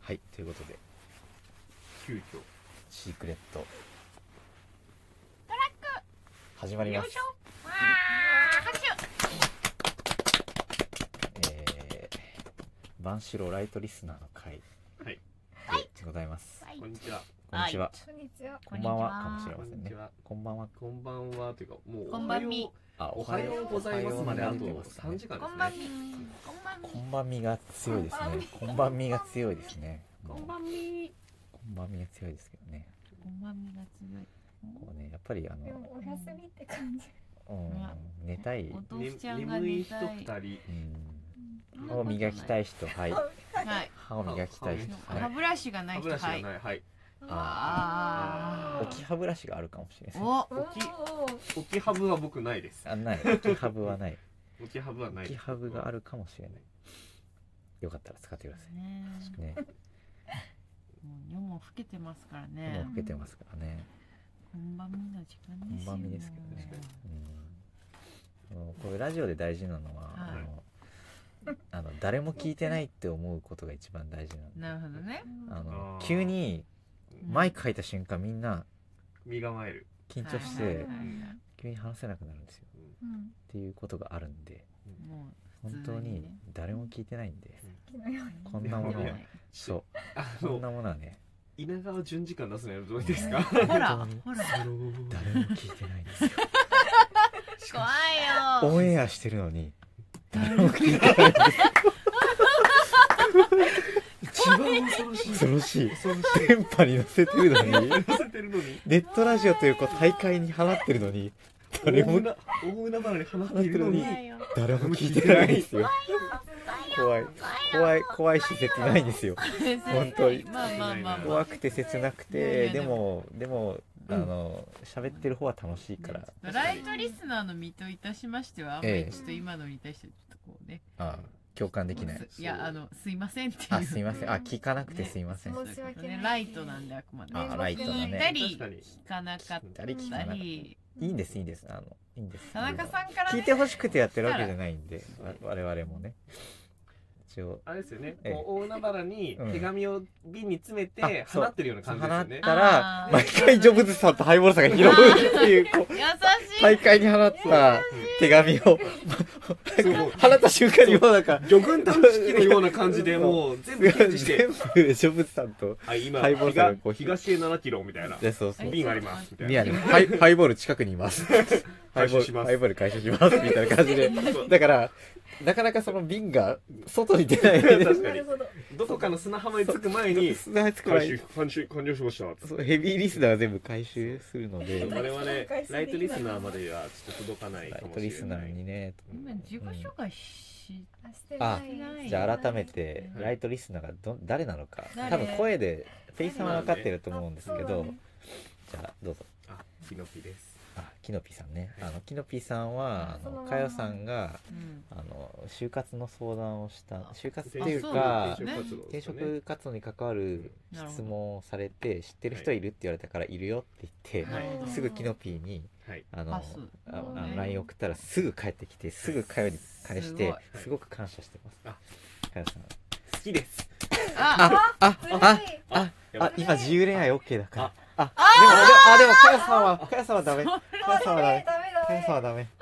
はいということで急遽シークレット始まりよまいすしょわー拍手えー、万代ライトリスナーの会はいでございますはいこんにちはこんにちはこんにちは。こんばんはかもしれこませんんにねちはこんばんはこんばんはというかもうこんばんみおはようおはようございますまであと3時間こんばんですみねこんばんみこんばんみが強いですねこんばんみが強いですねもうこんみんばんみが強いですけどねこんばんみが強いこうねやっぱりあでものお休みって感じ。うん寝たいおね父ちゃんが眠い寝人たい2うんそん歯をなことない磨きたい人はいはい歯を磨きたい人歯はを磨きたい歯いブラシがな人い歯ブ人ラシがはないいはいあ置き歯ブラシがあるかもしれないーおお起きおー。置きハブは僕ないですあない置きハブはない置きハブはない置きハブがあるかもしれないよかったら使ってくださねいねもう夜も更けてますからもうね老けてますからねこんばんみの時間ですよ本番身ですけどね確かうんあのこういうラジオで大事なのは、はいあのあの誰も聞いてないって思うことが一番大事ななるほどねのあのあー急にうんマイク入った瞬間みんな身構える緊張しはいはていはいは急に話せなくなるんですようん。っていうことがあるんでいもう本当に誰も聞いてないんで昨日より。こんなものいはやいやそうあこんのなものはね稲川淳二感出すのやめてもいいですかほら本当にほらあのー誰も聞いてないん ですよ怖いオよンエアしてるのに誰も聞いてないんです一番恐ろしい恐ろしい恐ろし電波に乗せてるのにい寄せてるのにネットラジオというこう大会に放ってるのに誰も大海原大海原に放っているのに放怖いよ誰も聞いてないんですよ怖い怖い怖いし切ないんですよ本当にまあまあまあまあ怖くて切なくいやいてやででもでもあの喋ってる方は楽しいからライトリスナーの身といたしましては、あんまえりえちょっと今のに対してちょっとこうね、あ共感できないすいやあのすいませんっていうあすいませんあ聞かなくてすいませんね二申し訳ないねライトなんであくまであライトだね聞いたり確かに聞かなかっ人聞かたなくてりいいんですいいんですあのいいんです田中さんから聞いねてほしくてやってるわけじゃないんでわ我々もね一応あれですよね、ええこう大海原にうん手紙を瓶に詰めてあそう放ってるような放感じですよったね。らあー毎回ジョブズさんとハイボールさんが拾うっていうこう優しい、大会に放った手紙をそうもう放った瞬間にもうなんか魚群探知機のような感じでそうもう全部キャッチして 全部植物さんとあ今ハイボールさんがこう東東へ7キロみたいなでそうそうえ瓶ありますみたいミなヤにハイハイボール近くにい ますハイボ回収ーしルますハイボール回収しますみたいな感じでそうだからなかなかその瓶が外に出ないで 確なかるにほど。どこかの砂浜に着く前に砂つく前回に収完収完了しましたそうヘビーリスナーは全部回収するので我々ライトリスナーまではちょっと届かないラかイもトしリれスナなーいにね今自己紹介しあしてあない。じゃあ改めてライトリスナーがど誰なのか誰多分声でペイさんは分かってると思うんですけそどうだねじゃあどうぞあキノピですあキノピさんねはあいのキノピさんはあそのまのまかよさんがうんあの就活の相談をした就活って転いう職かそうなんですね転職活動に関わる質問をされて知ってる人いるって言われたからいるよって言ってはいうんすぐキノピーにはいあのあそうああそうねの LINE 送ったらすぐ帰ってきてすぐかよに返してすごいすごく感謝してまあすかよさん好きですああずるいああやばあい今自由恋愛 OK だからあでもでもあでもかよさんはかよさんはダメかよさんはダメダメ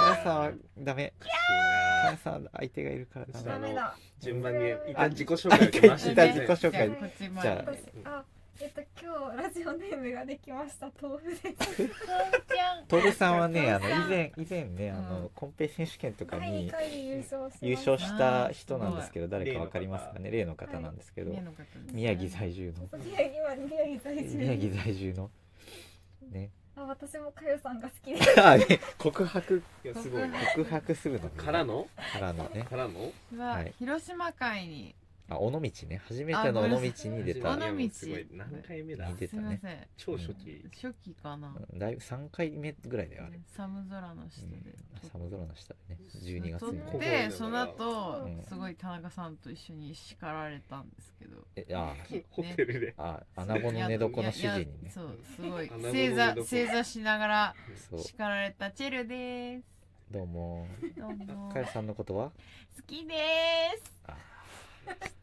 かよさんダはダメかよさんはダメかよさんは相手がいるからダダメメメ。ダメだ。順番に一旦自己紹介を受けまして一旦自己紹介じゃあこっちまじでゃ私あえっと今日ラジオネームができました豆腐です。じゃんトルさんはね、あの徹さん以前以前ね、あうのんコンペ選手権とか第二に回で優勝しました。優勝した人なんですけど、い誰かわかりますかね、例の方はいなんですけど目、の方ですね宮城在住の宮城は宮城在住。宮城在住 のね、あ私もかよさんが好きです。あね告白いやすごい告白するのからのからのね、からの私ははい広島会にあ尾道ね、初めての尾道に出あたごめんなさい、すごい何回目だに出すたみまね、せん超初期初期かなうんだいぶ三回目ぐらいだよあれ、寒空の下でうん、寒空の下でね、十二月撮っにここてその後、うんすごい田中さんと一緒に叱られたんですけどえあホテルであ穴子の寝床の指示にいやね、そうすごい穴子の寝正床座正座しながらそう叱られたチェルですどうも。どうもかよさんのことは好きですあ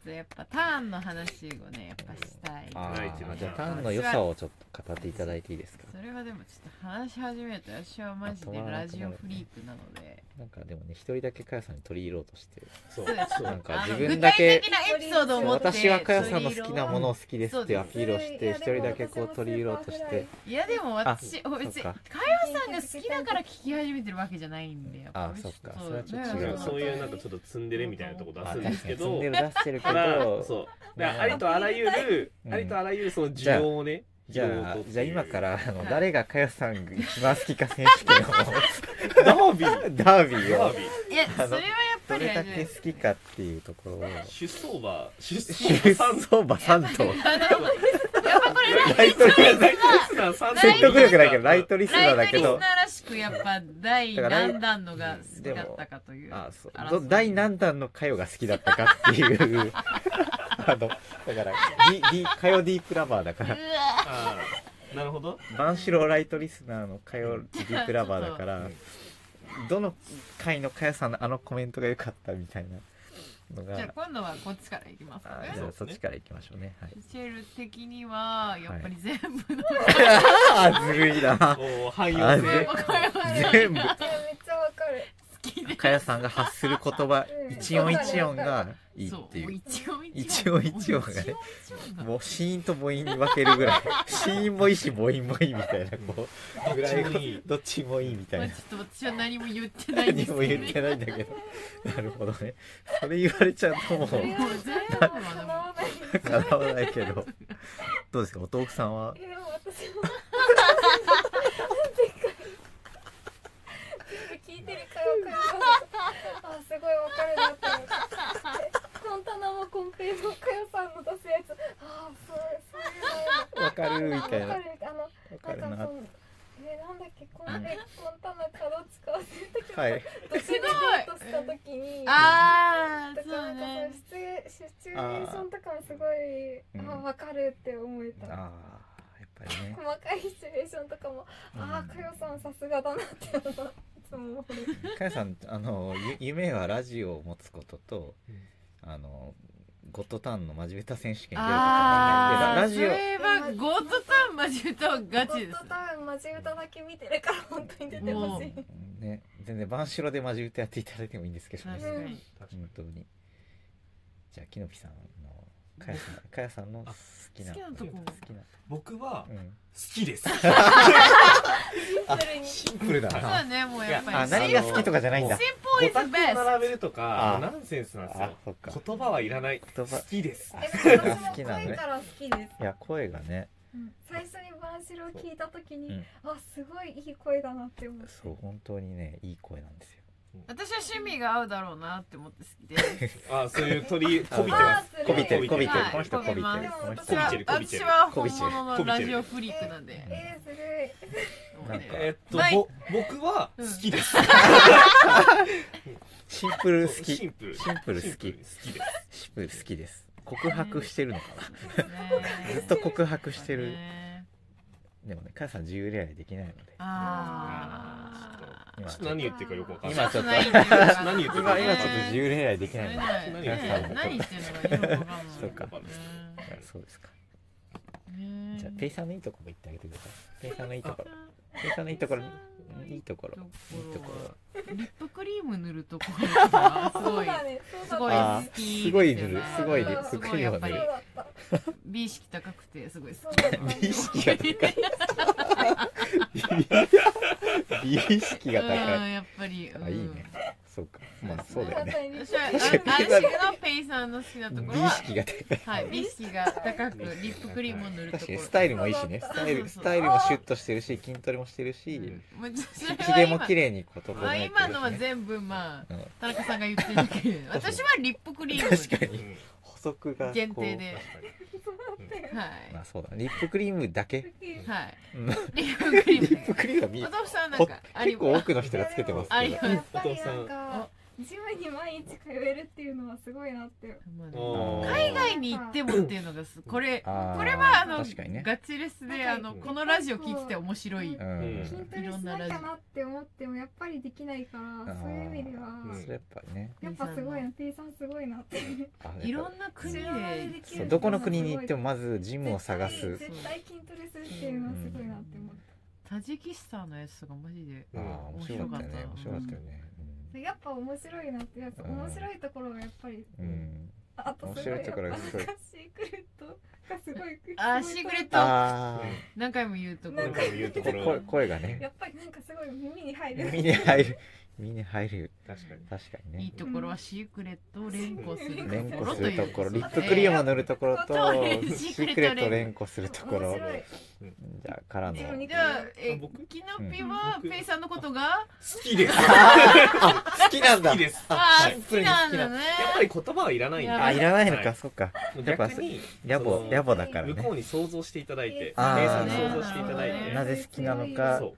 とやっぱターンの話をねやっぱしたいあはいーじゃあターンの良さをちょっと語っていただいていいですかそれはでもちょっと話し始めると私はマジでラジオフリークなのでなんかでもね一人だけかやさんに取り入ろうとしてそうそうですそうなんかあの自分だけ具体的なエピソードを持って私はかやさんの好きなものをを好きですっていうアピールをして一人だけこう取り入ろうとしていやでも私あ別そにかっかやさんが好きだから聞き始めてるわけじゃないんでやっぱあそっかうそれはちょっと違違うそういうなんかちょっとツンデレみたいなとこ出あす確かんでにすけ積んどでる出してるけただどそうだからありとあらゆるうんありとあらゆるその需要をねじゃあじゃあ今かららあのはい誰がかやさんが一番好きか選手権ダービーをダービーをダービーいやそれはやっぱどれだりあれじゃなけい好きかっていうところ を出走馬出走出馬三走馬3頭あのやっぱこれライトリライトリスナー 三説得力だけどライトリスナーラだイトけリスナーどらしくやっぱ第何弾のが好きだったかというあそう争いど第何弾のかよが好きだったかっていう あのだから D, D かよ D プラバーだうかわらあーなるほど万四郎ライトリスナーのかよ D プラバーだからどの回のかよさんのあのコメントが良かったみたいなのじゃあが今度はこっちからいきますかあねじゃあそっちからいきましょうねはい ミシェル的にはやっぱり全部の、あーずるいなおー汎あー用性ぜ全部めっちゃわかる好きでかよさんが発する言葉一音一音がいいそっていう一応一音一音がねももう子音と母音に分けるぐらい子音もいいし母音もいいみたいなこうどっぐらちいもにどっちもいいみたう、まいあ、なちょっと私は何も言ってないんで何すもけど、言ってないんだけどなるほどねそれ言われちゃうともうそれもう全部叶はわないかなわないけどどうですかお豆腐さんはえでも私もなんていうか全部聞いてるからあすごいわかるなって思ってコンタナもコンペイもかよさんの出すやつあそうそうわかいうるのみたいなわかわるあのかるなんなかそのえなんだっけコンペイコンタナ角使わせるときはいとすごいデートしたときにもうああだそからうなんねかそのシチュエシチュエーションとかもすごいうんあわかるって思えあーたやっぱりね細かいシチュエーションとかもああ、かよさんさすがだなって思ういつも思う。かやさんあのゆ夢はラジオを持つこととあのゴッドターンの真面目た選手権出ることあなんあだよねでラそラジオれはゴートタウンマジ歌はガチゴでッすドタウンマジ歌だけ見てるから本当に出てほしい。ね、全然万代でマジ歌やっていただいてもいいんですけどね確かに本当にじゃあきのぴさんのかやさんかやさんの好きな好きなとこ好きな僕はうん、好きですあそれにシンプルだそうなだねもうやっぱりあ何が好きとかじゃないんだシン語プルイズ卓をベスト並べるとあかナンセンスなんですあよそっか言葉はいらない言好葉きですでも私も声から好きです。いや声がねうん最初にバンシロを聞いたときに、うんあすごいいい声だなって思う。そう本当にねいい声なんですよ私は趣味が合うだろうなって思って好きであそういう鳥こびてあまーすずるいこびてるこびてるはいこの人こびてるこまびすこの私人はこびてるこびて私るは本物のラジオフリークなんでえー、ずるい。もうなんねかえっとないぼ僕は好きですシンプル好きシシンプルシンプル好きシンに好きですンプル好きです告白してるのかなねずっと告白してるねでもねかやさん自由恋愛できないのでああ今ちょっと何言ってるかよくわかんない今ちょっと何言っ今てるか今ちょっと自由恋愛できないので何言ってるの何言ってるのかよくわかんないそうかねそうですかねじゃあペイさんのいいとこも言ってあげてくださいペイさんのいいところペイさんのいいところいいところいいところリップクリーム塗るところがすそごういだね。そうすだごいねあ好ーきすごい塗るすごい塗るすすごごいいよやねっぱりそうだった。美意識高くてすごいそ好うきだった。美意識が高い美意識がう高いんやっぱりうんあいいねそうかまあそうだよね私はあね私のペイさんの好きなところ美意は識が高いはい美意識が高くリップクリームを塗ると確こかろにスタイルもいいしねスタイルスタイルもシュッとしてるし筋トレもしてるしもうそれはひげも綺麗にこう今まあ整えて今のはるしね全部まあうん田中さんが言ってるけど私はリップクリーム確かうにん補足がこう限定で確かにはいまあそうだリップクリームだけはいうんリリップクリームップクリームはみお豆腐さんなんほかあり結構多くの人がつけてますあけりどますやっぱりなんかあジムに毎日通えるっていうのはすごいなってまあねおー海外に行ってもっていうのがすこれあーこれはあの確かにねガチレスであのうんこのラジオ聞いてて面白い、ううんうん筋トレしなきゃなって思ってもやっぱりできないからーそういう意味ではうんそれやっぱりねやっぱすごいなペイさんすごいなってあやっぱいろんな国で知らないできそうるどこの国に行ってもまずジムを探す絶対絶対筋トレするっていうのはすごいなって思っタジキスタンのやつとかマジでああ面白かったよね面面白白かかっったたよねたやっぱ面白いなってやつうん面白いところがやっぱりうん、うんあとすごい面白いところがすごいやっぱシークレットがすごいあーシークレットあ何回も言うとこな何んろか回も言うあところ声声がねやっぱりなんかすごい耳に入る耳に入る耳に入る確かに確かにいいねところはシークレットを連呼する連とこ呼ろすとるいとうころとリこップクリームを塗るところとそうねシークレットを連呼するところ面白いじゃあからのでも好ねじゃあえあ僕キノピはうんペイさんのことが好 きですきなんだ 好きですあシーン好プルきに好なきんなだんねやっぱり言葉はいらないんでだあいらないのか、はそっかやっぱ逆に野暮その野暮だから向こねうに想像していただいてあー計算想像していただいにてなぜ好きなのかそう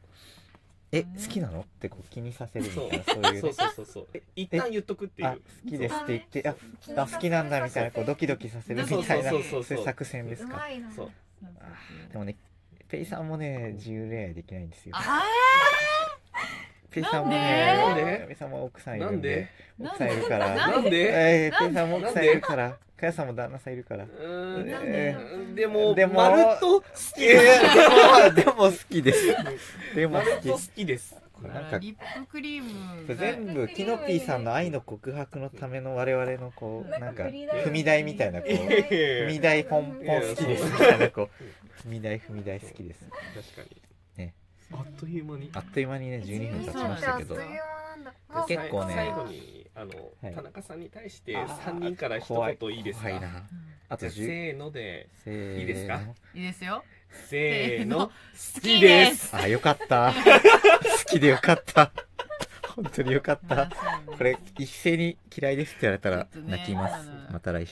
え好きなのってこう気にさせるみたいなそういうそねうそうそうそうえ一旦言っとくっていあう好きですって言ってああ好きなんだみたいなこうドキドキさせるみたいなそうそうそうそうそういう作戦ですうかまいなそうでもねペイさんもね自由恋愛できないんですよあペイさんもなんでねペイさんも奥さんいるんでな奥んでさんいるからなんでえー、なペんイでさんも奥さんいるからかやさんも旦那さんいるからうーんなんでうんでもでもまるっと好きいやですでも好きですでもまるっと好好ききですーなんあからリップクリームが全部キノピーさんの愛の告白のための我々のこうなんか踏み台みたい なこういやいや踏み台ポンポン好きですみたいなこ う踏み台踏み台好きです確かにねあっという間にあっという間にね12分経ちましたけどあっという間なんだあ結構ね最後にあの、はい田中さんに対して三人から一言いいですか怖いなあじとゃあせ10ーのでせーのいいですかいいですよせーの好好ききでですすあよかった 好きでよかった本当によかったあそうね これ一斉に嫌いですって言われたらちょっとね泣きますあのまた来